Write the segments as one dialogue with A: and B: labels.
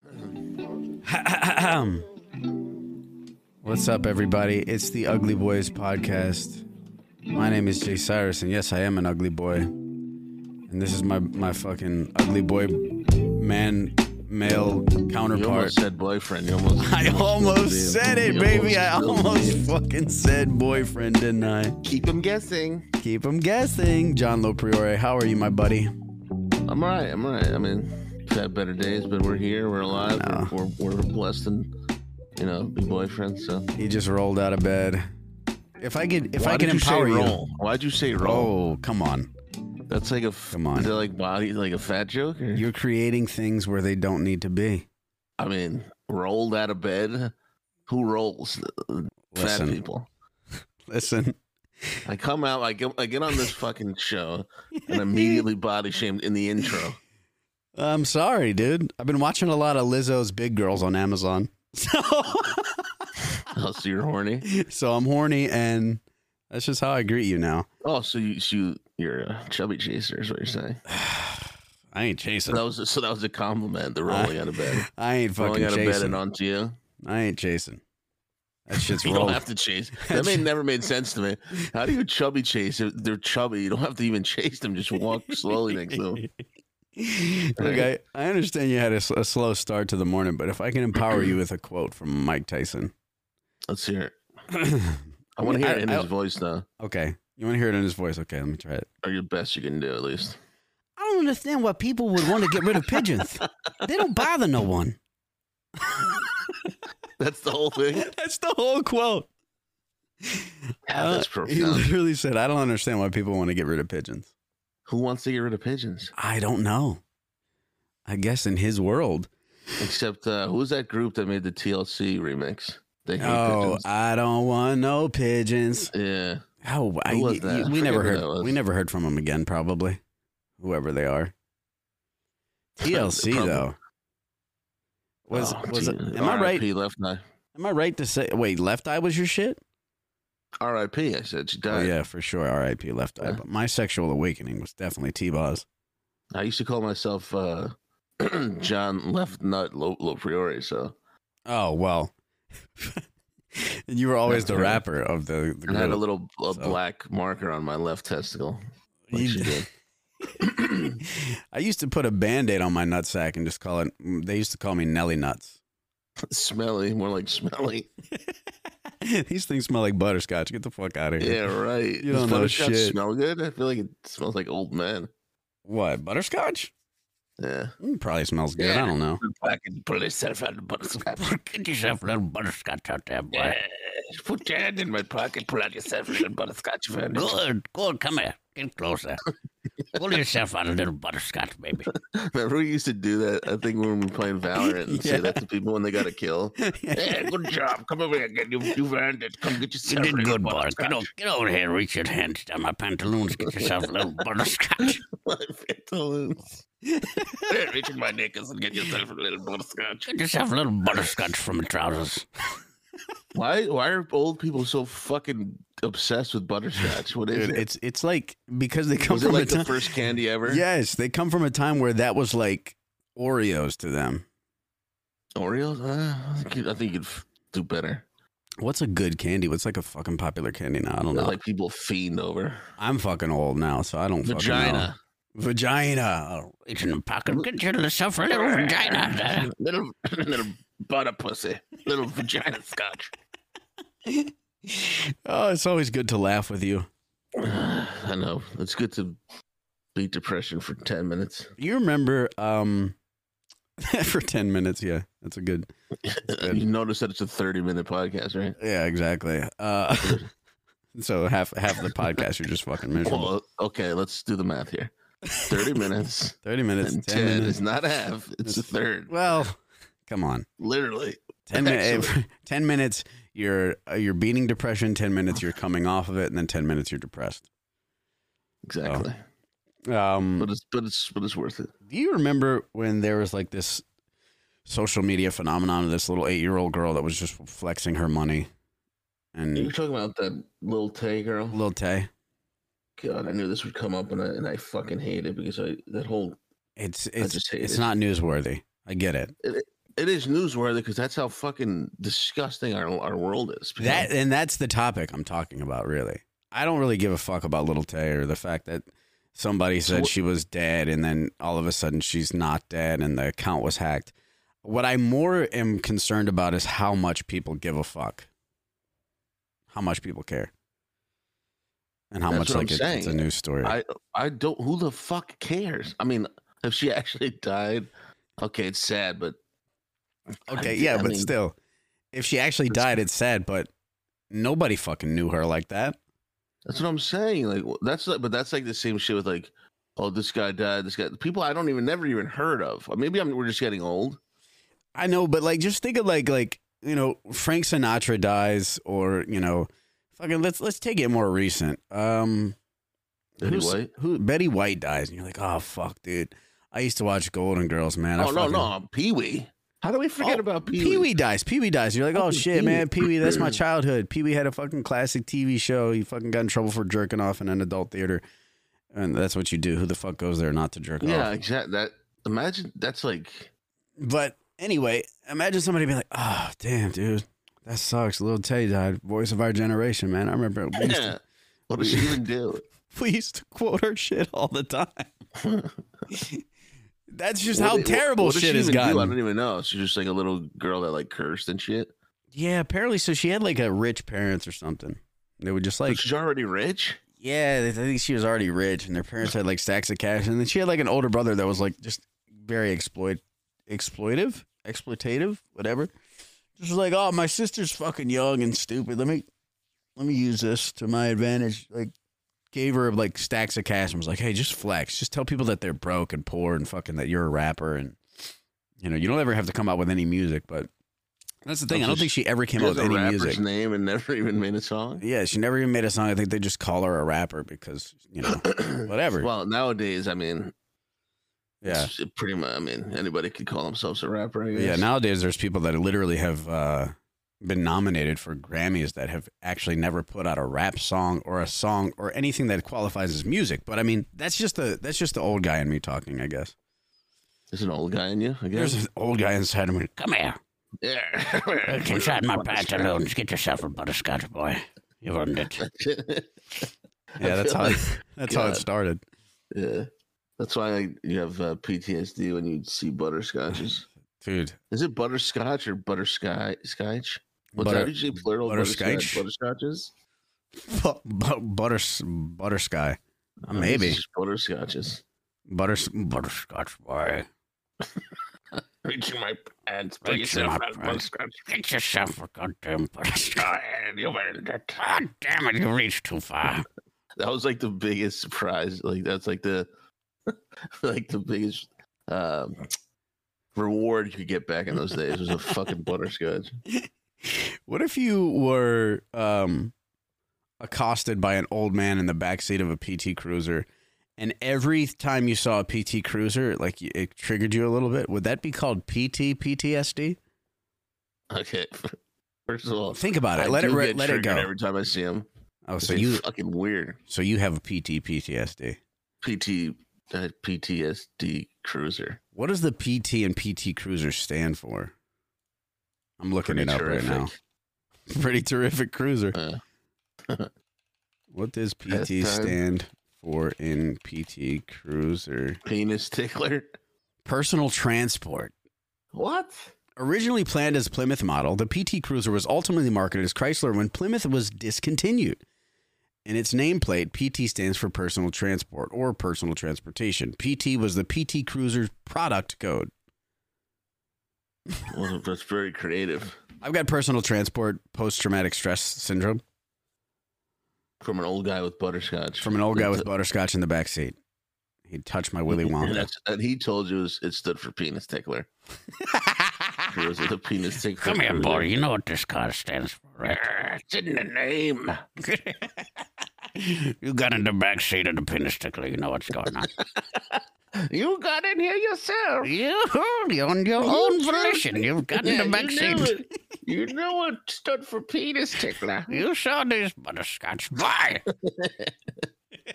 A: What's up, everybody? It's the Ugly Boys podcast. My name is Jay Cyrus, and yes, I am an ugly boy. And this is my my fucking ugly boy man male
B: You
A: counterpart.
B: almost said boyfriend. You almost.
A: I almost said it,
B: You
A: baby. I
B: almost-
A: almost fucking said boyfriend, didn't I?
B: Keep him guessing.
A: Keep 'em guessing. John Lopriore, how are you, my buddy?
B: I'm all right. I'm all right. I mean, we've had better days, but we're here. We're alive. We're, we're, we're blessed and, you know, be boyfriends. So.
A: He just rolled out of bed. If I could, if I
B: Why
A: could
B: did you say
A: empower you.
B: roll? Why'd you say roll?
A: Oh, come on.
B: Oh, That's like a. f-
A: Come on.
B: Is it like body, like a fat joke? Or?
A: You're creating things where they don't need to be.
B: I mean, rolled out of bed. Who rolls? Fat
A: Listen.
B: people.
A: Listen,
B: I come out. I get. I get on this fucking show, and immediately body shamed in the intro.
A: I'm sorry, dude. I've been watching a lot of Lizzo's Big Girls on Amazon. So,
B: Oh, so you're horny.
A: so I'm horny and that's just how I greet you now.
B: Oh, so you, so you you're a chubby chaser is what you're saying.
A: I ain't
B: So
A: chasing.
B: that was so that was a compliment. The rolling out of bed,
A: I ain't
B: rolling
A: fucking
B: out of bed
A: chasing.
B: and onto you.
A: I ain't chasing. That shit's
B: you don't
A: rolling.
B: have to chase. That made, never made sense to me. How do you chubby chase? If they're chubby, you don't have to even chase them. Just walk slowly next to them.
A: Look, I, I understand you had a, s- a slow start to the morning, but if I can empower you with a quote from Mike Tyson.
B: Let's hear it. I want to hear it in
A: I-
B: his voice now.
A: okay. You want to hear it in his voice? Okay, let me try it.
B: Or your best you can do at least.
A: I don't understand why people would want to get rid of pigeons. they don't bother no one.
B: That's the whole thing.
A: That's the whole quote.
B: Yeah, that's
A: Uh, he
B: profound.
A: literally said, I don't understand why people want to get rid of pigeons.
B: Who wants to get rid of pigeons?
A: I don't know. I guess in his world.
B: Except uh, who was that group that made the TLC remix? They hate
A: Oh,
B: pigeons.
A: I don't want no pigeons.
B: yeah.
A: Oh, I,
B: Who was
A: y-
B: that?
A: y-
B: I
A: we
B: forget
A: never
B: who that
A: heard
B: was.
A: we never heard from him again probably. Whoever they are. TLC
B: Probably.
A: though. Was
B: Oh,
A: was
B: geez.
A: am I right?
B: RIP left eye.
A: Am I right to say wait, Left Eye was your shit?
B: R.I.P. I said she died.
A: Oh yeah, for sure. R.I.P. Left Eye.
B: Yeah.
A: But my sexual awakening was definitely T-Boz.
B: I used to call myself uh, John Left Nut Lo, Lo Priori. So
A: Oh well. and you were always
B: That's
A: the
B: right.
A: rapper of the, the
B: I had a
A: group.
B: little a
A: So-
B: black marker on my left testicle. Like
A: You-
B: she did.
A: I used to put a band-aid on my nutsack and just call it they used to call me Nelly Nuts.
B: smelly, more like smelly.
A: These things smell like butterscotch. Get the fuck out of here.
B: Yeah, right.
A: You don't know
B: butterscotch
A: shit.
B: Smell good? I feel like it smells like old men.
A: What? Butterscotch?
B: Yeah.
A: Mm, probably smells good. I
B: Yeah.
A: don't know.
B: I can pull yourself out of butterscotch.
A: Get yourself a little butterscotch out there,
B: Yeah. Put your hand in my pocket, pull out yourself a little butterscotch. friend.
A: Good, good. Come here. Get closer. Pull yourself out a little butterscotch, baby.
B: Remember we used to do that? I think when we were playing Valorant and
A: Yeah.
B: say that to people when they got a kill. yeah, good job. Come over here again. You, you've earned it. Come get
C: You
B: yourself.
C: did
B: a
C: good, boy.
B: butterscotch.
C: Get, o- get over here, reach your hands down my pantaloons, get yourself a little butterscotch.
B: My pantaloons. yeah, reach in my knickers and get yourself a little butterscotch.
C: Get yourself a little butterscotch from the trousers.
B: Why? Why are old people so fucking obsessed with butterscotch? What is
A: Dude,
B: it?
A: it's it's like because they come
B: Was it
A: from
B: like
A: a
B: the
A: time.
B: first candy ever?
A: yes, they come from a time where that was like Oreos to them.
B: Oreos. Uh, I think you- I think you could f- do better.
A: What's a good candy? What's like a fucking popular candy now? I don't know.
B: Like people fiend over
A: I'm fucking old now, so I don't fucking
B: vagina.
A: know. Vagina. Oh,
C: Reach in the pocket, get yourself a little vagina. there.
B: little little butter pussy. Little vagina scotch.
A: Oh, it's always good to laugh with you.
B: I know. It's good to beat depression for ten minutes.
A: You remember um for 10 minutes, yeah. That's a good. good.
B: You notice that it's a thirty-minute podcast, right?
A: Yeah, exactly. Uh so half half the podcast you're just fucking miserable.
B: Well, okay, let's do the math here. Thirty minutes
A: 30 minutes,
B: and
A: 10,
B: ten
A: minutes.
B: is not a half; it's a third,
A: Well, come on.
B: literally.
A: 10 minutes 10 minutes you're uh, you're beating depression, 10 minutes you're coming off of it and then 10 minutes you're depressed.
B: Exactly,
A: Oh, Um
B: but it's but it's but it's worth it.
A: Do you remember when there was like this social media phenomenon of this little eight year old girl that was just flexing her money?
B: You're
A: And
B: talking about that little Tay girl.
A: Lil Tay,
B: God, I knew this would come up, and I and I fucking hate it because I that whole
A: it's it's
B: just hate
A: it's
B: it.
A: not newsworthy. I get it.
B: it, it is newsworthy because that's how fucking disgusting our our world is. people.
A: That and that's the topic I'm talking about. Really, I don't really give a fuck about Little Tay or the fact that somebody said
B: what-
A: she was dead and then all of a sudden she's not dead and the account was hacked. What I more am concerned about is how much people give a fuck, how much people care, and how
B: That's
A: much
B: what I'm
A: like it, it's a
B: saying.
A: news story.
B: I I don't. Who the fuck cares? I mean, if she actually died, okay, it's sad, but
A: okay,
B: I-
A: yeah,
B: I
A: but
B: mean,
A: still, if she actually
B: It's-
A: died, it's sad. But nobody fucking knew her like that.
B: that's what I'm saying. Like wh- that's like, but that's like the same shit with like, oh, this guy died. This guy, people I don't even never even heard of. Uh, Maybe I'm we're just getting old.
A: I know, but like, just think of like, like you know, Frank Sinatra dies, or you know, fucking let's let's take it more recent. Um,
B: Betty
A: who's-
B: White?
A: who Betty White dies, and you're like, oh fuck, dude. I used to watch Golden Girls, man. I
B: oh no,
A: fucking-
B: no, Pee Wee. How do we forget
A: Oh,
B: about Pee
A: Pee Wee dies. Pee Wee dies. You're like, oh
B: Fucking
A: shit,
B: Pee-wee.
A: man. Pee Wee, that's my childhood. Pee Wee had a fucking classic TV show. He fucking got in trouble for jerking off in an adult theater, and that's what you do. Who the fuck goes there not to jerk off?
B: Yeah, exactly. That imagine that's like
A: But anyway, imagine somebody being like, "Oh, damn, dude, that sucks." Little Tay died, voice of our generation, man. I remember we used, to,
B: what does she even do?
A: we used to quote her shit all the time. That's just
B: What
A: how
B: did- what-
A: terrible
B: what did
A: shit
B: she
A: has
B: even do? I
A: gotten.
B: don't even know. She's just like a little girl that like cursed and shit.
A: Yeah, apparently, so she had like a rich parents or something. They were just
B: Like
A: like,
B: she's already rich.
A: yeah, I think she was already rich, and their parents had like stacks of cash, and then she had like an older brother that was like just very exploit, exploitive, exploitative, whatever. Just like, oh, my sister's fucking young and stupid. Let me, let me use this to my advantage. Like, gave her like stacks of cash and was like, hey, just flex, just tell people that they're broke and poor and fucking that you're a rapper and you know you don't ever have to come out with any music, but. That's the thing. I don't
B: just-
A: think she ever came
B: She
A: out
B: has
A: with
B: a
A: any
B: rapper's
A: music.
B: name and never even made a song.
A: Yeah, she never even made a song. I think they just call her a rapper because you know whatever.
B: Well, nowadays, I mean,
A: yeah,
B: it's pretty much. I mean, anybody could call themselves a rapper. I
A: But
B: guess.
A: yeah. Nowadays, there's people that literally have uh, been nominated for Grammys that have actually never put out a rap song or a song or anything that qualifies as music. But I mean, that's just the that's just the old guy in me talking, I guess.
B: there's an old guy in you. I
A: There's
B: guess.
A: an old guy inside of me.
C: Come here.
B: yeah.
C: Look inside my pantaloons. Get yourself a butterscotch, boy. You've earned it.
A: Yeah, that's how that's how it
B: God.
A: started.
B: yeah. That's why like, you have uh, PTSD when you see butterscotches.
A: Dude,
B: Is it butterscotch or buttersky scotch? What's
A: Butter-
B: that usually plural?
A: butterscotch?
B: Butterscotches.
A: bu- bu- butter buttersky,
B: I guess
A: Uh, Maybe.
B: it's just butterscotches.
A: butter butterscotch boy.
B: Reaching my pants,
C: Reach in my
B: that
C: pants. Get yourself a goddamn butterscotch.
B: You've earned it.
C: God damn it, you reached too far.
B: That was like the biggest surprise. Like that's like the like the biggest um, reward you could get back in those days was a fucking butterscotch.
A: What if you were um, accosted by an old man in the backseat of a PT Cruiser, and every time you saw a PT Cruiser, like it triggered you a little bit? Would that be called PT PTSD?
B: Okay. First of all,
A: Think about it.
B: I
A: let it
B: do
A: re-
B: get
A: let it go.
B: triggered Every time I see him,
A: oh, so
B: so
A: you
B: fucking weird.
A: so you have a PT PTSD.
B: PT uh, PTSD cruiser.
A: What does the PT and PT Cruiser stand for? I'm looking it up right now. Pretty terrific cruiser.
B: Uh.
A: what does
B: That
A: PT
B: time.
A: stand for in PT Cruiser?
B: Penis tickler.
A: Personal transport.
B: What?
A: Originally planned as Plymouth model, the PT Cruiser was ultimately marketed as Chrysler when Plymouth was discontinued. In its nameplate, PT stands for personal transport or personal transportation. PT was the PT Cruiser's product code.
B: Well, that's very creative
A: I've got personal transport post traumatic stress syndrome
B: from an old guy with butterscotch.
A: from an old guy with
B: That's-
A: butterscotch in the back seat. He'd touch my Willy
B: And,
A: Wonka.
B: that's, and he told you it, was- it stood for penis tickler. It was the penis tickler.
C: Come here,
B: cruiser.
C: boy. You know what this car stands for, right?
B: Arr, It's in the name.
C: You got in the back seat of the penis tickler. You know what's going on.
B: You got in here yourself.
C: you, on your own volition, you've got in
B: Yeah,
C: the back
B: you knew
C: seat.
B: it. You know it stood for penis tickler.
C: You saw this butterscotch. Why?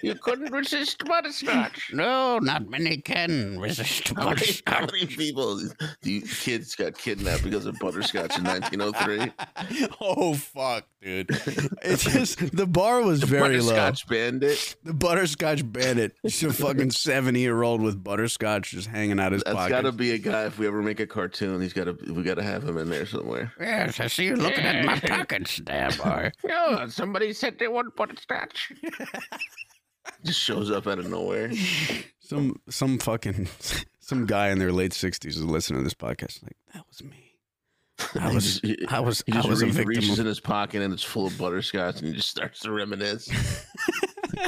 B: You couldn't resist butterscotch.
C: No, not many can resist
B: How many, how
C: butterscotch.
B: many people, the kids got kidnapped because of butterscotch in 1903?
A: oh fuck, dude! It's just the bar was very low.
B: butterscotch bandit.
A: The butterscotch bandit, just a fucking seventy-year-old with butterscotch just hanging out his
B: That's
A: pocket.
B: got to be a guy. If we ever make a cartoon, he's got to. We got to have him in there somewhere.
C: Yes, I see you looking at my pockets there, boy.
B: Oh, somebody said they want butterscotch. Just shows up out of nowhere.
A: Some some fucking some guy in their late sixties is listening to this podcast. Like that was me. I was
B: he just,
A: I was
B: he
A: I
B: just
A: was a
B: re-
A: victim.
B: reaches
A: Of,
B: in his pocket and it's full of butterscotch, and he just starts to reminisce.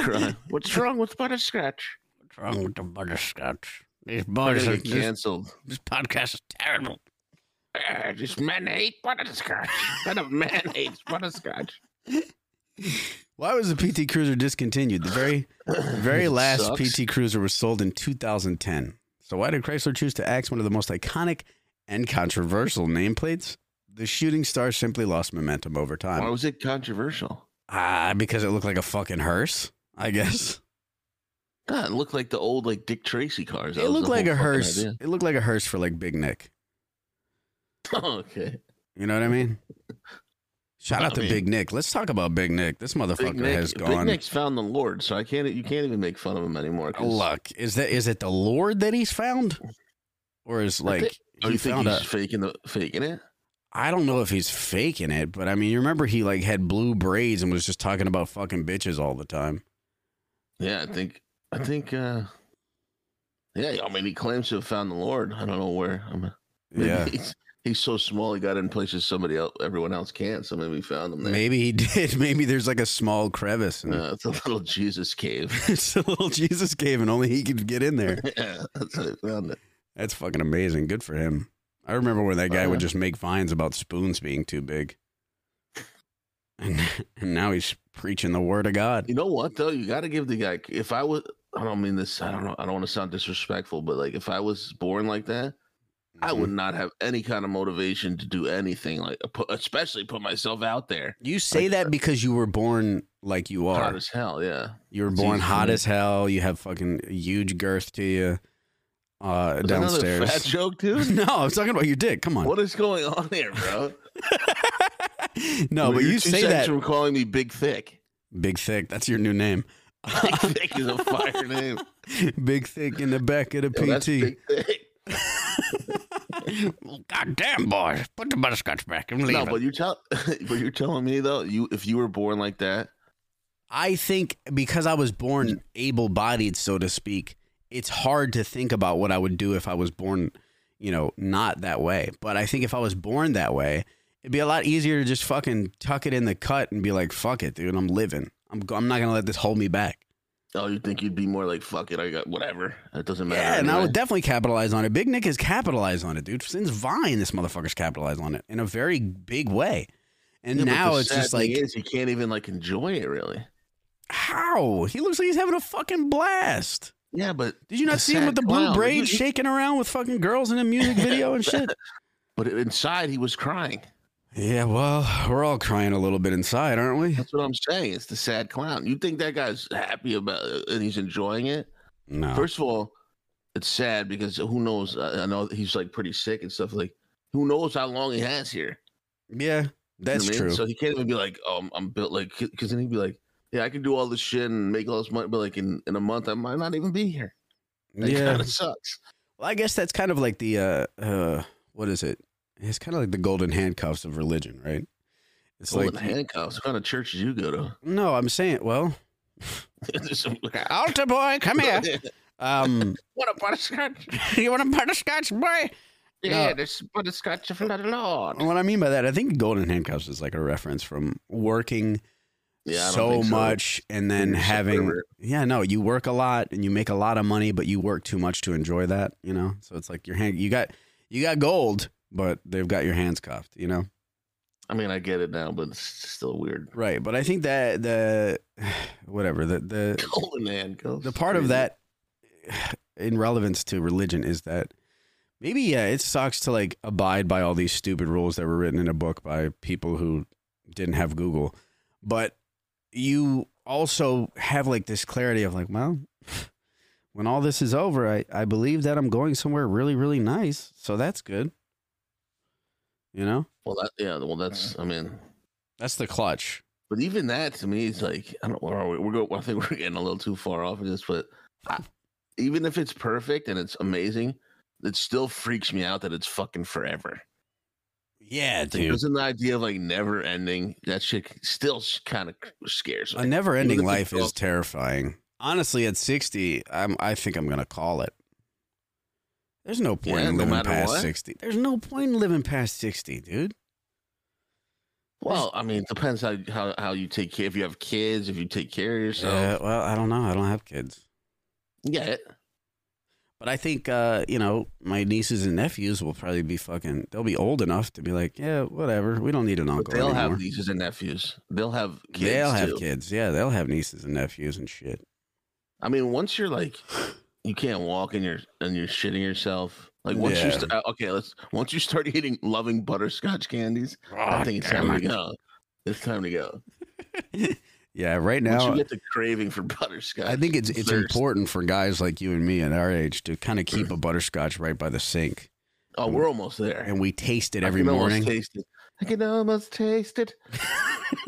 B: Crying. What's wrong with butterscotch?
C: What's wrong with the butterscotch? These
A: Oh,
B: We're
C: boys
B: gonna
C: are
B: get
C: this,
B: canceled.
C: this podcast is terrible.
B: Uh, just men hate butterscotch. Not a man hates butterscotch.
A: why was the PT Cruiser discontinued? The very very
B: It
A: last
B: sucks.
A: PT Cruiser was sold in 2010. So why did Chrysler choose to axe one of the most iconic and controversial nameplates? The Shooting Star simply lost momentum over time.
B: Why was it controversial?
A: Ah, because it looked like a fucking hearse, I guess.
B: God, it looked like the old like Dick Tracy cars. That
A: It
B: was
A: looked
B: the
A: like
B: whole
A: a
B: fucking
A: hearse.
B: idea.
A: It looked like a hearse for like Big Nick.
B: okay.
A: You know what I mean? Shout
B: I
A: out to
B: mean-
A: Big Nick. Let's talk about Big Nick. This motherfucker
B: Big Nick,
A: has
B: Big
A: gone.
B: Nick's found the Lord, so I can't. You can't even make fun of him anymore. 'cause-
A: Look, is that is it the Lord that he's found, or is like
B: think- Oh,
A: he
B: you think
A: found
B: he's
A: a?
B: faking the faking it?
A: I don't know if he's faking it, but I mean, you remember he like had blue braids and was just talking about fucking bitches all the time.
B: Yeah, I think. I think. uh Yeah, I mean, he claims to have found the Lord. I don't know where. I'm, maybe
A: Yeah,
B: He's, he's so small. He got in places somebody else, everyone else can't. So maybe he found him there.
A: maybe he did. Maybe there's like a small crevice and
B: Uh, it's a little Jesus cave.
A: it's a little Jesus cave, and only he could get in there.
B: yeah, that's how he found it.
A: That's fucking amazing. Good for him. I remember when that guy
B: Oh,
A: would
B: yeah.
A: just make vines about spoons being too big. And, and now he's preaching the word of God.
B: You know what though? You got to give the guy. If I was, I don't mean this. I don't know. I don't want to sound disrespectful, but like, if I was born like that, I
A: Mm-hmm.
B: would not have any kind of motivation to do anything like, put- especially put myself out there.
A: You say
B: Like- uh,
A: that because you were born like you
B: Hot
A: are.
B: as hell, yeah.
A: You were
B: it's
A: born
B: easy for
A: hot
B: me.
A: as hell. You have fucking huge girth to you uh,
B: That's Another fat
A: downstairs.
B: joke, dude.
A: No, I'm talking about your dick. Come on.
B: What is going on here, bro?
A: no, but
B: You're
A: you
B: two
A: say
B: seconds
A: that.
B: from calling me Big Thick.
A: Big Thick. That's your new name.
B: Big Thick is a fire name.
A: Big Thick in the back of the
B: Yo, that's
A: PT.
B: Big Thick.
C: Well, goddamn, boy. Put the butterscotch back and leave
B: No,
C: it.
B: but you tell, but you're telling me though, you if you were born like that,
A: I think because I was
B: Mm.
A: born able bodied, so to speak, it's hard to think about what I would do if I was born, you know, not that way. But I think if I was born that way, it'd be a lot easier to just fucking tuck it in the cut and be like, fuck it, dude, I'm living. I'm, go- I'm not going to let this hold me back.
B: oh, you think you'd be more like, fuck it, I got whatever. It doesn't matter.
A: Yeah, and I
B: anyway.
A: would definitely capitalize on it. Big Nick has capitalized on it, dude. Since Vine, this motherfucker's capitalized on it in a very big way. And
B: Yeah, but
A: now
B: the
A: it's
B: sad
A: just
B: thing
A: like,
B: is, you can't even like enjoy it really.
A: how? He looks like he's having a fucking blast.
B: Yeah, but
A: Did you not
B: The
A: see him
B: sad
A: with the blue
B: clown.
A: braid
B: He- he-
A: shaking around with fucking girls in a music video and shit?
B: but inside he was crying.
A: Yeah, well, we're all crying a little bit inside, aren't we?
B: That's what I'm saying. It's the sad clown. You think that guy's happy about it and he's enjoying it?
A: No.
B: First of all, it's sad because who knows? I I know he's like pretty sick and stuff. Like, who knows how long he has here?
A: yeah,
B: You know
A: that's
B: what I mean?
A: true.
B: So he can't even be like, oh, I'm, I'm built like, because then he'd be like, yeah, I can do all this shit and make all this money, but like in, in a month, I might not even be here. That
A: yeah.
B: kind of sucks.
A: Well, I guess that's kind of like the uh, uh what is it? It's kind of like the golden handcuffs of religion, right? It's
B: It's like
A: like
B: handcuffs. What kind of church did you go to?
A: no, I'm saying, well,
B: There's some-
C: Altar boy, Oh, come here.
A: um,
B: what a butterscotch.
C: you want a butterscotch, boy?
A: Yeah, No.
B: there's butterscotch from the Lord.
A: what I mean by that, I think golden handcuffs is like a reference from working
B: Yeah, I don't
A: so
B: think
A: much and then
B: You're so
A: having
B: pervert.
A: yeah no you work a lot and you make a lot of money but you work too much to enjoy that you know so it's like your hand you got you got gold but they've got your hands cuffed you know
B: I mean, I get it now, but it's still weird.
A: right but i think that the whatever the the
B: Golden handcuffs.
A: the part of
B: Crazy.
A: that in relevance to religion is that maybe yeah it sucks to like abide by all these stupid rules that were written in a book by people who didn't have google but you also have like this clarity of like, well, when all this is over, I, I believe that I'm going somewhere really, really nice. So that's good. You know?
B: Well, that yeah. Well, that's. I mean,
A: That's the clutch.
B: but even that to me is like I don't. Where are we? We're go. I think we're getting a little too far off of this. But I, even if it's perfect and it's amazing, it still freaks me out that it's fucking forever.
A: Yeah,
B: Like, Isn't the idea of like never ending that shit still kind of scares
A: A
B: me?
A: never ending
B: Even if
A: life
B: it's
A: is terrifying. Honestly, at 60, I'm, I think I'm going to call it. There's no point
B: Yeah,
A: in
B: no
A: living
B: matter
A: past
B: what.
A: 60. There's no point in living past 60, dude.
B: Well, I mean, it depends how, how how you take care. If you have kids, if you take care of yourself,
A: Uh, well, I don't know. I don't have kids.
B: yeah, it-
A: But I think, uh, you know, my nieces and nephews will probably be fucking, they'll be old enough to be like, yeah, whatever. We don't need an
B: but
A: uncle
B: they'll
A: anymore.
B: have nieces and nephews. They'll have kids.
A: they'll have
B: too.
A: kids. Yeah, they'll have nieces and nephews and shit.
B: I mean, once you're like, you can't walk and you're and you're shitting yourself. Like once you
A: Yeah.
B: st- uh, okay, let's once you start eating loving butterscotch candies, I
C: God
B: think it's
C: damn
B: time
C: it.
B: to go. It's time to go.
A: Yeah, right
B: Once
A: now, uh,
B: you get the craving for butterscotch,
A: I think it's it's
B: thirst.
A: important for guys like you and me at our age to kind of keep a butterscotch right by the sink,
B: Oh, we're almost there.
A: and we taste it
B: I
A: every
B: can almost
A: morning.
B: Taste it. I can almost taste it.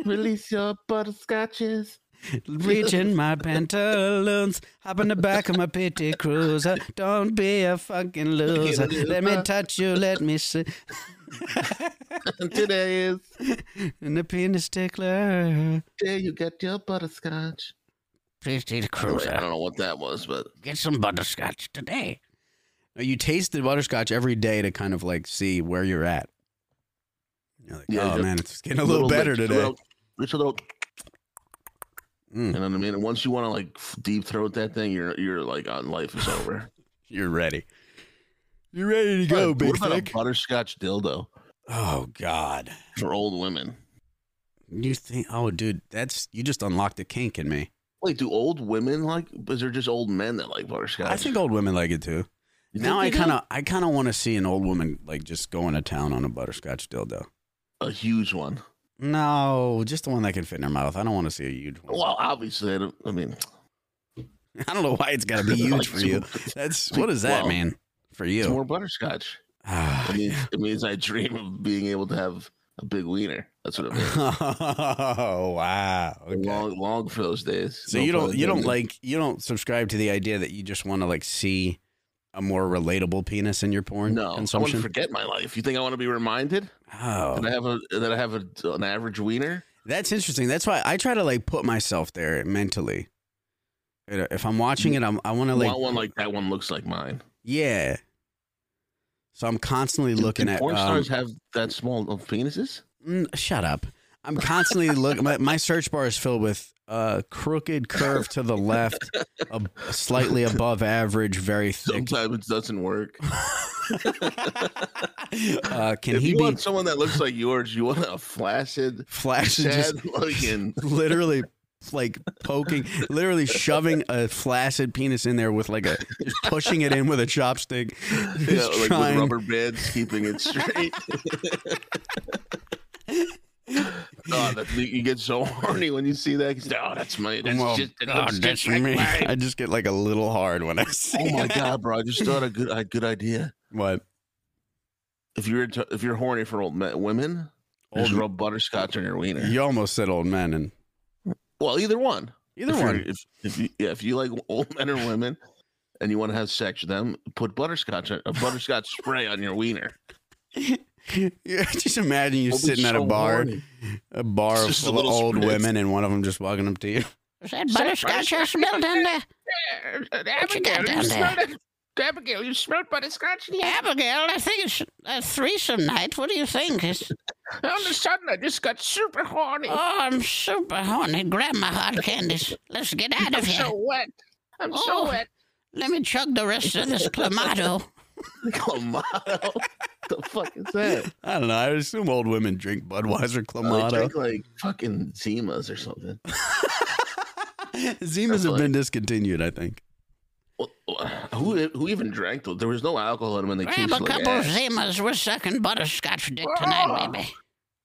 B: Release your butterscotches.
A: Reaching my pantaloons, hop on the back of my pity cruiser. Don't be a fucking loser. Let me touch you, let me see.
B: Today is
A: And the penis tickler.
B: day you get your butterscotch.
C: Please take
B: Anyway, I
C: a
A: eh?
C: cruiser.
B: don't know what that was, but
C: Get some butterscotch today.
A: You taste the butterscotch every day to kind of like see where you're at. You're like,
B: Yeah,
A: oh
B: just
A: man, it's getting a little, better
B: lick,
A: today.
B: Little, it's a little.
A: Mm.
B: You know what I mean? And once you want to like f- deep throat that thing, you're you're like on life is over.
A: You're ready. You're ready to go,
B: what
A: big
B: about
A: thick.
B: a butterscotch dildo
A: Oh God.
B: for old women?
A: You think? Oh, dude, that's you just unlocked a kink in me.
B: Wait, do old women like? Is there just old men that like butterscotch?
A: I think old women like it too.
B: You
A: now
B: think
A: I
B: they do?
A: kind of, I kind of want to see an old woman like just going to town on a butterscotch dildo.
B: a huge one.
A: No, just the one that can fit in her mouth. I don't want to see a huge one.
B: Well, obviously, I, don't, I mean,
A: I don't know why it's got to be
B: Like,
A: huge for you.
B: it's-
A: That's what does that
B: Well,
A: mean for
B: It's
A: you?
B: more butterscotch.
A: Ah,
B: It means, it means I dream of being able to have a big wiener. That's what it means.
A: oh wow.
B: I
A: Okay.
B: Long, long for those days.
A: So
B: No
A: you
B: pun
A: don't you don't
B: intended.
A: like you don't subscribe to the idea that you just want to like see a more relatable penis in your porn
B: No, I want to
A: consumption.
B: forget my life. You think I want to be reminded that I
A: oh,
B: have a that I have a, an average wiener?
A: that's interesting. That's why I try to like put myself there mentally. You know, If I'm
B: Mm.
A: watching it, I'm, I want to
B: I
A: like
B: want one like that one looks like mine.
A: yeah. So I'm constantly
B: Do-
A: looking
B: do
A: at
B: porn
A: um,
B: stars have that small of penises.
A: mm, shut up. I'm constantly looking. My, my search bar is filled with uh, crooked curve to the left, a, slightly above average, very thick
B: Sometimes it doesn't work.
A: uh, can
B: if
A: he
B: you
A: be
B: want someone that looks like yours, you want a flaccid,
A: flash and just
B: sad looking.
A: literally like poking, literally shoving a flaccid penis in there with like a just pushing it in with a chopstick,
B: You know,
A: just
B: like with
A: trying.
B: rubber bands keeping it straight. oh, that, you get so horny when you see that. 'cause, Oh, that's my. That's
C: Well,
B: just, that
A: oh,
C: God,
B: looks
C: Oh, that's
B: just like
C: me.
B: mine."
A: I just get like a little hard when I see.
B: Oh my
A: it.
B: god, bro! I just thought a good, a good idea.
A: What?
B: If you're into, if you're horny for old men, women, just
A: Old-
B: rub butterscotch on your wiener.
A: you almost said old men, and
B: Well, either one.
A: either
B: if you're-
A: one.
B: If, if you yeah, if you like old men or women, and you want to have sex with them, put butterscotch on- a butterscotch spray on your wiener.
A: Yeah, just imagine you
B: You'll be
A: sitting at a
B: so
A: bar,
B: horny.
A: a bar
B: Just a
A: full of
B: little
A: old
B: spritz.
A: women, and one of them just walking up to you.
C: Is that butterscotch I smelled in there? What you got down there?
B: Abigail, you smelled butterscotch in
C: Abigail, I think it's a threesome night. What do you think? It's,
B: All of a sudden, I just got super horny.
C: oh, I'm super horny. Grab my hard candies. Let's get out of here.
B: wet. I'm
C: so wet. Let me chug the rest of this clamato.
B: Clamato. the fuck is that?
A: I don't know. I assume old women drink Budweiser
B: I
A: Clamato.
B: drink like fucking Zimas or something.
A: Zimas have
B: That's
A: been discontinued, I think.
B: Well, Who who even drank those? There was no alcohol in them, and they
C: Grab
B: tasted
C: a
B: like "Eh."
C: couple of
B: ass.
C: Zimas. We're sucking butterscotch dick tonight, baby.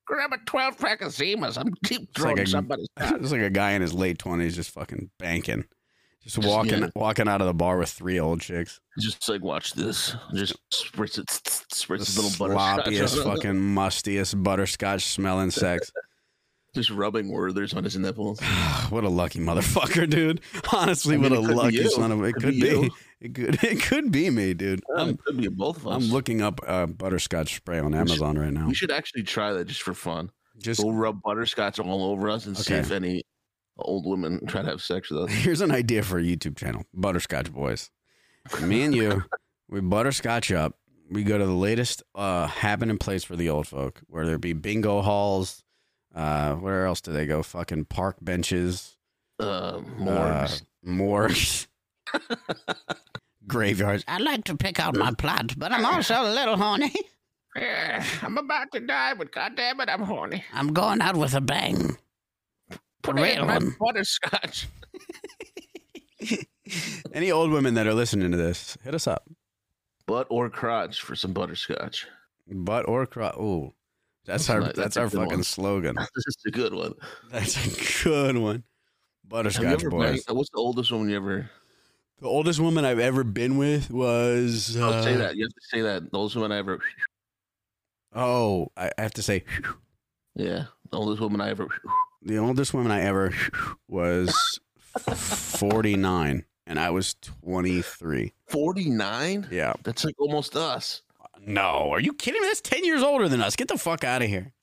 B: Grab a 12 pack of Zimas. I'm deep throwing
A: like a-
B: somebody's top.
A: it's like a guy in his late twenties just fucking banking, just
B: Just,
A: walking
B: yeah.
A: walking out of the bar with three old chicks.
B: Just like, watch this. Just spritz it, spritz
A: The
B: a little
A: sloppiest,
B: butterscotch.
A: fucking mustiest butterscotch smelling sex.
B: Just rubbing Werther's on his nipples.
A: what a lucky motherfucker, dude. Honestly,
B: I mean,
A: what a
B: it could be
A: lucky
B: you.
A: son of a. It
B: Could
A: could
B: be
A: be.
B: you.
A: It could. It could be me, dude.
B: Yeah,
A: I'm
B: it could be both of us.
A: I'm looking up uh, butterscotch spray on
B: should-
A: Amazon right now.
B: we should actually try that just for fun.
A: Just
B: We'll rub butterscotch all over us and see
A: Okay.
B: if any old women try to have sex with us.
A: here's an idea for a YouTube channel: Butterscotch Boys. Me and you, we butterscotch up. We go to the latest uh, happening place for the old folk, whether it be bingo halls. Uh, where else do they go? Fucking park benches,
B: Uh,
A: uh,
B: morgues.
A: morgues, graveyards.
C: I like to pick out my plot, but I'm also a little horny.
B: Eh, I'm about to die, but goddamn it, I'm horny.
C: I'm going out with a bang. A real one.
B: butterscotch.
A: Any old women that are listening to this, hit us up.
B: Butt or crotch for some butterscotch.
A: Butt or cro- Ooh, that's
B: That's
A: our
B: nice.
A: that's,
B: That's a
A: our
B: good
A: fucking
B: one.
A: slogan.
B: this is a good one.
A: That's a good one.
B: Have you
A: Butterscotch
B: ever
A: boys.
B: banged- what's the oldest woman you ever?
A: The oldest woman I've ever been with was. Uh,
B: Oh, say that. You have to say that. The oldest woman I ever.
A: Oh, I I have to say,
B: Yeah, the oldest woman I ever.
A: the oldest woman I ever was forty nine, and I was twenty three.
B: Forty nine.
A: Yeah.
B: That's like almost us.
A: No, are you kidding me? That's ten years older than us. Get the fuck out of here.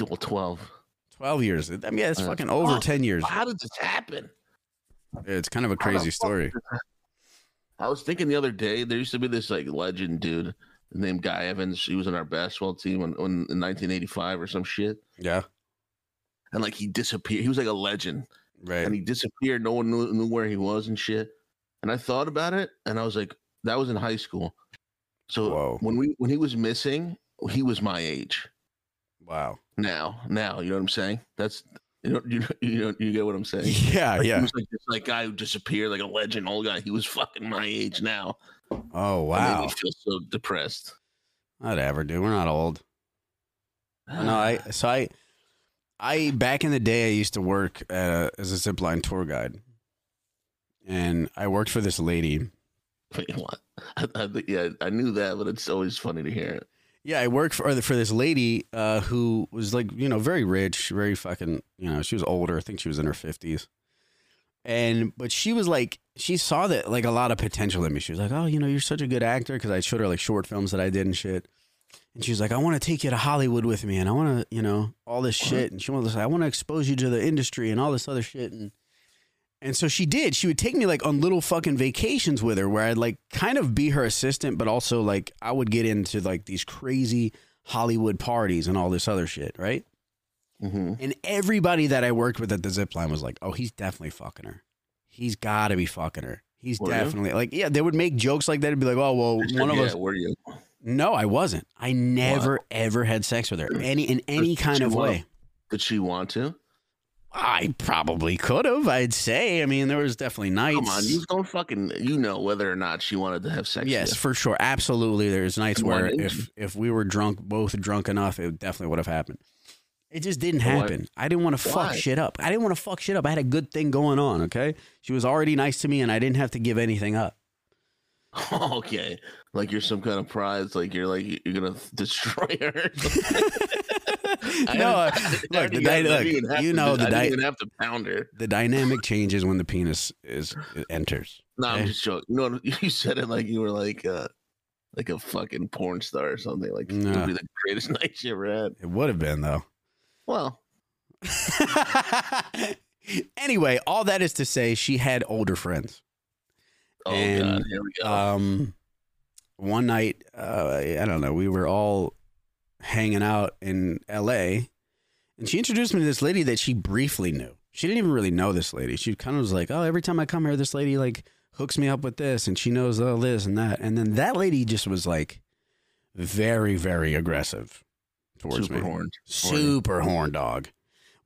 B: Well, twelve.
A: Twelve years. I mean, yeah, it's
B: Uh,
A: fucking over
B: oh.
A: ten years.
B: How did this happen?
A: It's kind of a
B: How the
A: crazy
B: fuck
A: story.
B: I was thinking the other day, there used to be this like legend dude named Guy Evans. He was on our basketball team when, when, in 1985 or some shit.
A: Yeah.
B: And like he disappeared. He was like a legend and
A: Right.
B: he disappeared. No one knew, knew where he was and shit. And I thought about it and I was like, that was in high school. So
A: Whoa.
B: when we when he was missing, he was my age.
A: Wow.
B: Now, now, you know what I'm saying? That's you know you know, you, know, you get what I'm saying.
A: Yeah.
B: He
A: Yeah.
B: was like this like guy who disappeared, like a legend, old guy. He was fucking my age now.
A: Oh
B: That made
A: wow.
B: me feel so depressed.
A: Whatever, dude. We're not old. No, I so I I back in the day I used to work uh, as a zipline tour guide, and I worked for this lady.
B: Wait, what? I, I, think- yeah, I knew that, but it's always funny to hear it.
A: Yeah, I worked for for this lady uh, who was like you know very rich, very fucking you know she was older. I think she was in her fifties, and but she was like she saw that like a lot of potential in me. She was like, oh, you know, you're such a good actor because I showed her like short films that I did and shit. And she was like, I want to take you to Hollywood with me, and I want to you know all this shit, and she wanted to say, I want to expose you to the industry and all this other shit, and and so she did. She would take me like on little fucking vacations with her where I'd like kind of be her assistant, but also like I would get into like these crazy Hollywood parties and all this other shit, right?
B: Mm-hmm.
A: And everybody that I worked with at the zipline was like, oh, he's definitely fucking her. He's got to be fucking her. He's
B: Were you?
A: definitely like, yeah, they would make jokes like that and be like, oh, well, one of
B: yeah,
A: us.
B: Were you?
A: No, I wasn't. I never, ever had sex with her any in any kind
B: she
A: of
B: one of-
A: way.
B: Did she want to?
A: I probably could have, I'd say. I mean, there was definitely nights.
B: Come on, you don't fucking. You know whether or not she wanted to have sex. with
A: Yes,
B: you.
A: for sure. Absolutely. There's nights
B: Come on,
A: where
B: dude.
A: if if we were drunk, both drunk enough, it definitely would have happened. It just didn't
B: Why?
A: happen. I didn't want to fuck
B: Why?
A: shit up. I didn't want to fuck shit up. I had a good thing going on, okay? She was already nice to me and I didn't have to give anything up.
B: okay, like you're some kind of prize. Like you're like you're gonna destroy her. I
A: no, uh,
B: didn't- I didn't
A: look, the di-
B: even have- I didn't even
A: look,
B: have
A: you
B: to-
A: know the
B: I didn't
A: di-
B: even have to pound her.
A: the dynamic changes when the penis is enters.
B: No, I'm
A: Okay.
B: just joking. No, no, you said it like you were like uh like a fucking porn star or something. Like it
A: No.
B: would be the greatest night you ever had.
A: It would have been though.
B: Well,
A: anyway, all that is to say she had older friends.
B: oh
A: And,
B: god, here we go.
A: um one night uh i don't know we were all hanging out in la and she introduced me to this lady that she briefly knew she didn't even really know this lady she kind of was like oh every time i come here this lady like hooks me up with this and she knows all this and that and then that lady just was like very very aggressive towards
B: Super
A: me
B: horned.
A: super horn dog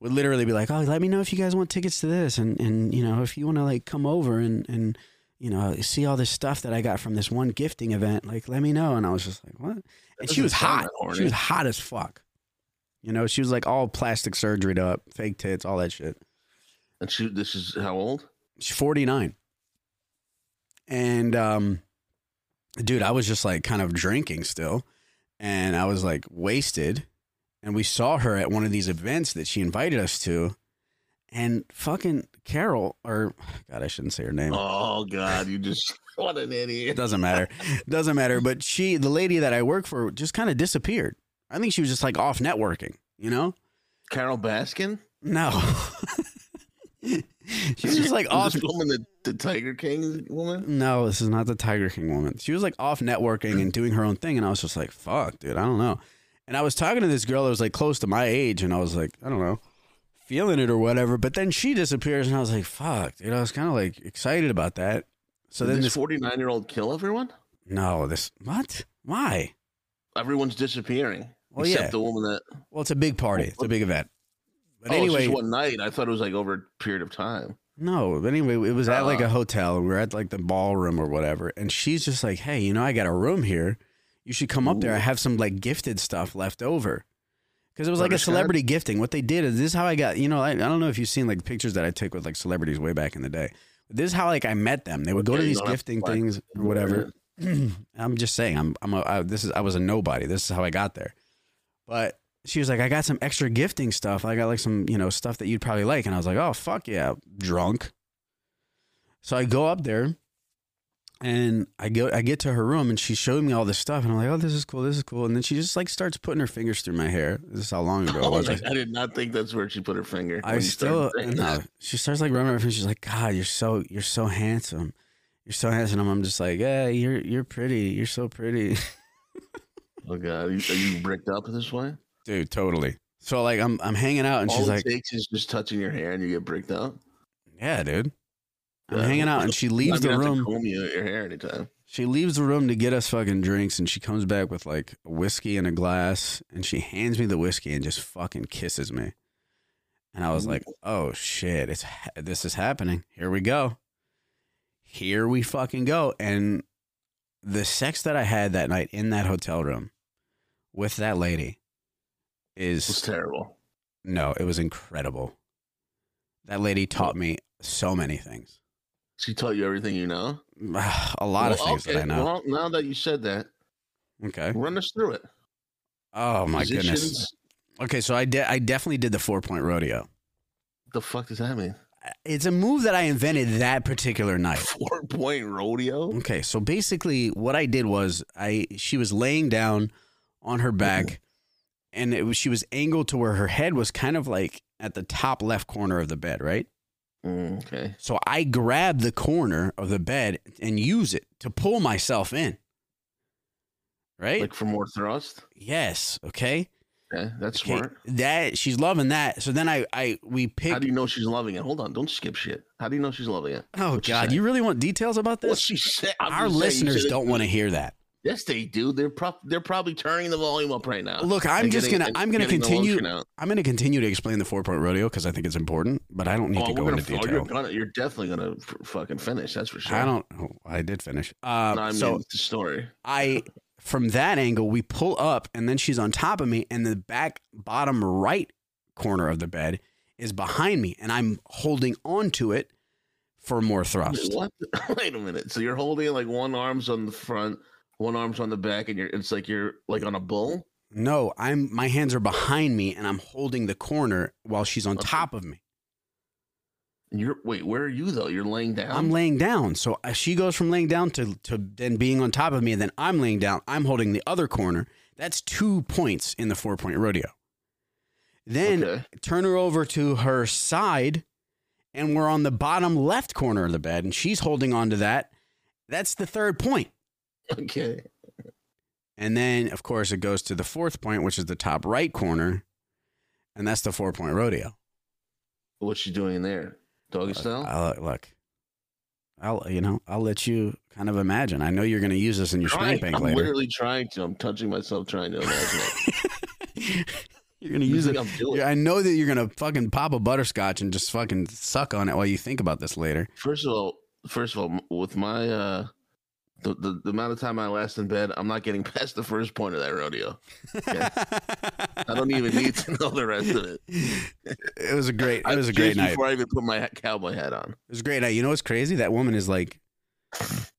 A: would literally be like oh let me know if you guys want tickets to this and and you know if you want to like come over and and you know see all this stuff that i got from this one gifting event like let me know and i was just like what and she
B: doesn't
A: was
B: sound
A: hot
B: that horny.
A: she was hot as fuck You know, she was like all plastic surgeried up, fake tits, all that shit.
B: And she, this is how old?
A: She's 49. And um dude, I was just like kind of drinking still and I was like wasted and we saw her at one of these events that she invited us to and fucking Carol or god, I shouldn't say her name.
B: Oh God, you just what an
A: It
B: idiot.
A: doesn't matter. doesn't matter, but she the lady that I work for just kind of disappeared. I think she was just like off networking, you know?
B: Carol Baskin.
A: No. she was just like off
B: This woman, the, the Tiger King woman.
A: No, this is not the Tiger King woman. She was like off networking and doing her own thing, and I was just like, "Fuck, dude, I don't know." And I was talking to this girl that was like close to my age, and I was like, "I don't know, feeling it or whatever." But then she disappears, and I was like, "Fuck, dude," I was kind of like excited about that. So
B: Did
A: then
B: this
A: this,
B: forty-nine year old kill everyone.
A: no, this what? Why?
B: Everyone's disappearing
A: Well,
B: except
A: yeah.
B: the woman that.
A: Well, it's a big party. It's a big event. But
B: oh, it's
A: anyway,
B: just one night. I thought it was like over a period of time.
A: No, but anyway, it was at like a
B: Uh.
A: hotel. We were at like the ballroom or whatever. And she's just like, hey, you know, I got a room here. You should come up there. I have some like gifted stuff left over. Because it was like a
B: Understood.
A: celebrity gifting. What they did is this is how I got, you know, I, I don't know if you've seen like pictures that I took with like celebrities way back in the day. But this is how like I met them. They would go
B: Yeah,
A: to
B: you
A: these
B: don't have to
A: gifting
B: flex.
A: things or whatever. I'm just saying, I'm, I'm a, I, this is, I was a nobody. This is how I got there. But she was like, I got some extra gifting stuff. I got like some, you know, stuff that you'd probably like. And I was like, oh, fuck yeah, drunk. So I go up there and I go, I get to her room and she's showing me all this stuff. And I'm like, oh, this is cool. This is cool. And then she just like starts putting her fingers through my hair. This is how long ago it
B: Oh,
A: was.
B: like, I did not think that's where she put her finger.
A: I
B: when you
A: still
B: started saying
A: no.
B: that.
A: She starts like rubbing my face. She's like, "God, you're so you're so handsome. You're so handsome." I'm just like, "Yeah, you're you're pretty. You're so pretty,
B: Oh God, are you, are you bricked up this way?
A: dude. Totally." So like, I'm I'm hanging out, and
B: All
A: she's
B: it
A: like,
B: takes is just touching your hair and you get bricked up.
A: "Yeah, dude." I'm
B: Yeah.
A: hanging out, and she leaves
B: Not gonna
A: the
B: have to
A: room.
B: comb you- your hair anytime.
A: She leaves the room to get us fucking drinks, and she comes back with like a whiskey and a glass, and she hands me the whiskey and just fucking kisses me. And I was like, "Oh shit, it's ha- this is happening. Here we go. Here we fucking go." And the sex that I had that night in that hotel room with that lady
B: It's
A: is
B: terrible.
A: no, it was incredible. That lady taught me so many things.
B: She taught you everything you know.
A: A lot of
B: Well,
A: things that
B: okay,
A: I know.
B: Well, now that you said that,
A: okay.
B: run us through it.
A: Oh my goodness.
B: Positions,
A: Okay, so I de- I definitely did the four point rodeo.
B: The fuck does that mean?
A: It's a move that I invented that particular night.
B: Four point rodeo.
A: Okay, so basically what I did was I she was laying down on her back, and it was, she was angled to where her head was kind of like at the top left corner of the bed, right?
B: Mm, okay.
A: So I grab the corner of the bed and use it to pull myself in. Right?
B: Like for more thrust.
A: yes. Okay.
B: Okay, that's
A: Okay,
B: smart.
A: That she's loving that. So then I I we
B: How
A: pick.
B: do you know she's loving it? Hold on, don't skip shit. How do you know she's loving it?
A: oh
B: what you
A: God,
B: say?
A: you really want details about this?
B: What she said? I'm
A: Our
B: just saying, you
A: listeners
B: said it-
A: don't want to hear that.
B: Yes, they do. They're prob- they're probably turning the volume up right now.
A: Look, I'm
B: and
A: just
B: Uh, getting-
A: gonna
B: and
A: I'm gonna
B: getting the
A: continue
B: lotion out.
A: I'm gonna continue to explain the four point rodeo because I think it's important, but I don't need
B: Oh,
A: to
B: we're
A: go
B: gonna,
A: into
B: oh, you're
A: detail.
B: gonna, you're definitely gonna f- fucking finish. That's for sure.
A: I don't. Oh, I did finish.
B: No,
A: Uh,
B: I mean,
A: so
B: it's the story.
A: I from that angle we pull up and then she's on top of me and the back bottom right corner of the bed is behind me and I'm holding onto it for more
B: Wait,
A: thrust.
B: What? Wait a minute. So you're holding like one arm's on the front, one arm's on the back, and you're it's like you're like on a bull.
A: No, I'm my hands are behind me and I'm holding the corner while she's on
B: Okay.
A: top of me.
B: And you're wait, where are you though? You're laying down.
A: I'm laying down. So uh, she goes from laying down to, to then being on top of me, and then I'm laying down. I'm holding the other corner. That's two points in the four point rodeo. Then
B: Okay.
A: turn her over to her side, and we're on the bottom left corner of the bed, and she's holding on to that. That's the third point.
B: Okay.
A: And then, of course, it goes to the fourth point, which is the top right corner, and that's the four point rodeo.
B: What's she doing there? Doggy
A: Uh,
B: style.
A: I'll, look, I'll you know I'll let you kind of imagine. I know you're going to use this in your
B: Trying-
A: spank bank
B: I'm
A: later.
B: literally trying to. I'm touching myself, trying to imagine it.
A: you're gonna
B: You
A: use
B: think
A: it.
B: I'm doing.
A: Yeah, I know that you're gonna fucking pop a butterscotch and just fucking suck on it while you think about this later.
B: First of all, first of all, m- with my uh, the, the the amount of time I last in bed, I'm not getting past the first point of that rodeo. I don't don't even need to know the rest of it.
A: It was a great.
B: I
A: It was a
B: jizzed
A: great night.
B: Before I even put my ha- cowboy hat on.
A: It was a great night. You know what's crazy? That woman is like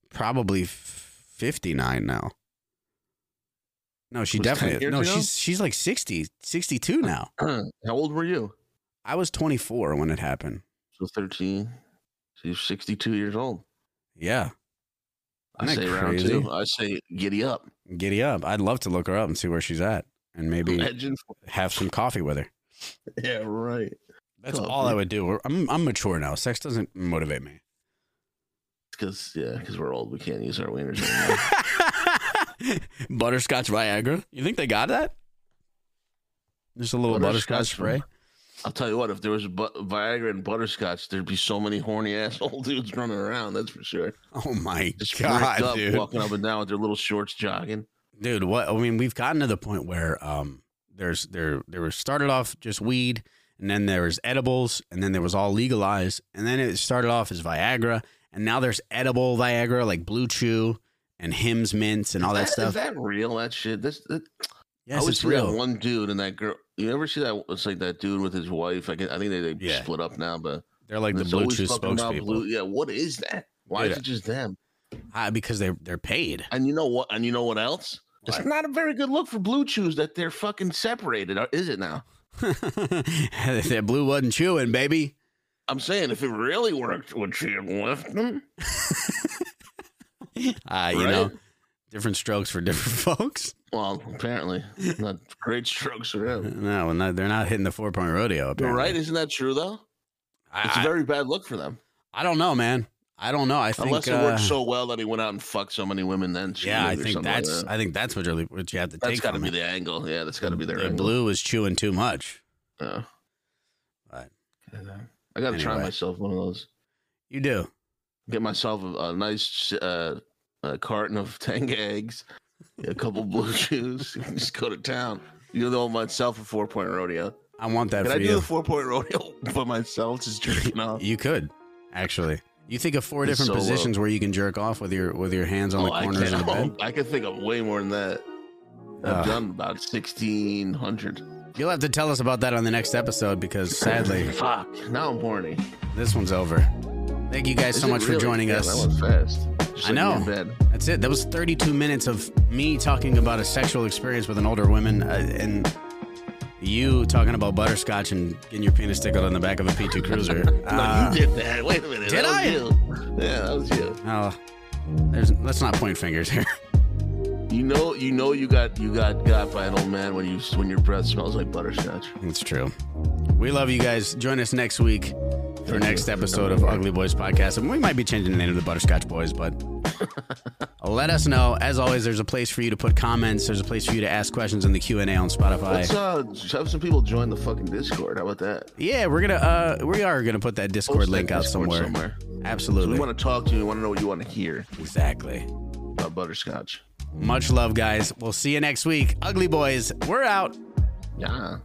A: probably fifty nine now. No, she
B: Was 10
A: definitely
B: years
A: no.
B: ago?
A: She's she's like 60, 62 now.
B: How old were you?
A: I was twenty four when it happened.
B: So thirteen. She's sixty-two years old.
A: Yeah,
B: I
A: Isn't
B: say
A: that
B: round
A: crazy?
B: two. I say giddy up.
A: giddy up. I'd love to look her up and see where she's at, and maybe
B: Imagine.
A: have some coffee with her.
B: Yeah, right.
A: That's
B: Oh,
A: all I
B: dude.
A: would do. I'm I'm mature now. Sex doesn't motivate me.
B: Because yeah, because we're old, we can't use our wieners anymore.
A: butterscotch Viagra. You think they got that? Just a little butterscotch,
B: Butterscotch
A: spray.
B: I'll tell you what, if there was but- Viagra and butterscotch, there'd be so many horny asshole dudes running around. That's for sure.
A: Oh my
B: Just
A: god,
B: bricked up,
A: dude!
B: walking up and down with their little shorts, jogging.
A: Dude, what? I mean, we've gotten to the point where um, there's there there was started off just weed, and then there was edibles, and then there was all legalized, and then it started off as Viagra, and now there's edible Viagra like Blue Chew and Hims mints and all that,
B: Is
A: stuff.
B: Is that real? That shit. This. That, I
A: Oh, yes,
B: always
A: it's
B: see
A: real.
B: that one dude and that girl. You ever see that? It's like that dude with his wife. I, can, I think they, they
A: Yeah.
B: split up now, but
A: They're like the
B: it's
A: Blue
B: always
A: Chew
B: talking about
A: spokespeople
B: blue- Yeah, what is that? Why
A: Dude,
B: is it just them?
A: Ah, because they they're paid.
B: And you know what? And you know what else? It's
A: What?
B: not a very good look for blue chews that they're fucking separated, or- is it now?
A: that blue wasn't chewing, baby.
B: I'm saying if it really worked, would she have left them?
A: Ah, you
B: Right?
A: know, different strokes for different folks.
B: Well, apparently, not great strokes for him.
A: No, no, they're not hitting the four point rodeo.
B: You're
A: Apparently.
B: right, isn't that true though? It's
A: I,
B: a
A: I-
B: very bad look for them.
A: I don't know, man. I don't know. I think.
B: Unless it
A: uh,
B: worked so well that he went out and fucked so many women. Then
A: yeah, I
B: cheated or
A: think
B: something like
A: that's.
B: that.
A: I think that's what you what you have to
B: that's
A: take
B: got to
A: from
B: be
A: it.
B: the angle. Yeah, that's got to be their
A: The
B: angle.
A: blue was chewing too much.
B: Yeah.
A: Right.
B: I got to try
A: Anyway.
B: myself one of those.
A: You do.
B: Get myself a, a nice uh, a carton of Tang eggs, a couple blue chews, and just go to town. You know myself a four point rodeo.
A: I want that
B: Can I
A: for
B: do
A: you.
B: the four point rodeo by myself? Just jerking off.
A: you could actually. You think of four
B: It's
A: different
B: so low.
A: positions where you can jerk off with your with your hands on
B: Oh,
A: the
B: I
A: corners
B: can,
A: of the bed.
B: I can think of way more than that. I've
A: Ugh.
B: done about sixteen hundred.
A: You'll have to tell us about that on the next episode because sadly,
B: Fuck. Now I'm horny.
A: this one's over. Thank you guys
B: Is
A: so
B: it
A: much for
B: really?
A: joining
B: Yeah,
A: us.
B: That was fast. Just
A: I
B: like me in
A: know.
B: bed.
A: That's it. That was 32 minutes of me talking about a sexual experience with an older woman uh, and you talking about butterscotch and getting your penis tickled on the back of a P2 Cruiser.
B: No,
A: Uh,
B: you did that. Wait a minute.
A: did
B: that was
A: I?
B: you. Yeah, that was you.
A: oh, there's, let's not point fingers here.
B: You know, you know, you got you got got by an old man when you when your breath smells like butterscotch.
A: It's true. We love you guys. Join us next week for next episode of Ugly Boys Podcast. And we might be changing the name of the Butterscotch Boys, but let us know. As always, there's a place for you to put comments. There's a place for you to ask questions in the Q and A on Spotify.
B: Let's uh, have some people join the fucking Discord. How about that?
A: Yeah, we're gonna uh, we are gonna put that Discord
B: Post that
A: link out
B: Discord
A: somewhere.
B: So we
A: Absolutely,
B: want to talk to you. We want to know what you want to hear
A: exactly.
B: about butterscotch.
A: Much love, guys. We'll see you next week. Ugly Boys, we're out.
B: Yeah.